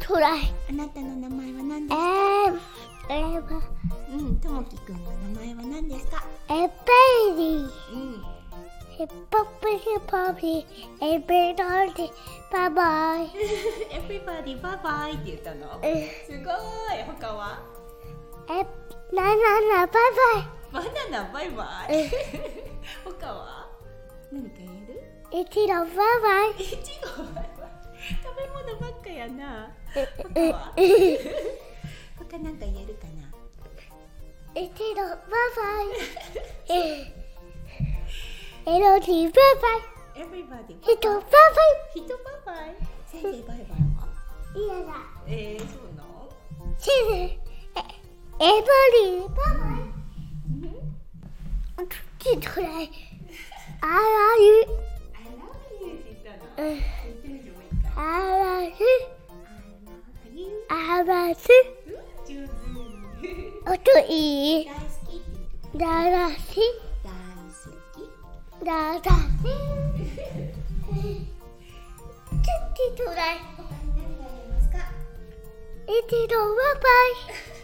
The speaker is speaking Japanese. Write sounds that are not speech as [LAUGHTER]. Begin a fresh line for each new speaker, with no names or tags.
トライ
あなたの名前は何
え
ですか
ー、えー、
うん、ともきくんの名前は何ですか
えっぱり
うん、
ヒップホップヒップホップエブローディバイバイ
[LAUGHS] Everybody バイバイって言ったの
え
すごい他は
えなななバイ
バナナバイバ
え
イ [LAUGHS] 他は何か言える
バイイチローバイ
いちごバイバイ食べ物ばっかやな
バイ
他は
ええ
[LAUGHS] 他なんか言えるかな
一度バイバイ。エロディバイバ
Everybody
イ。人バイ
人バイバイ先生バイバイは
バイ。いやだ。
えー、そうなの
チーズ。えエブリーバイバイ。ちっとらい。あら
I love you って言ったの
ゆ。うん
言ってみてもいいか
あらゆ。
I love you
あらゆ。
うん上手
音いい。
大好きって言って
だらし。
大好き [LAUGHS]
だらし。ちっとらい。
他に何がありますか
一度バイバイ。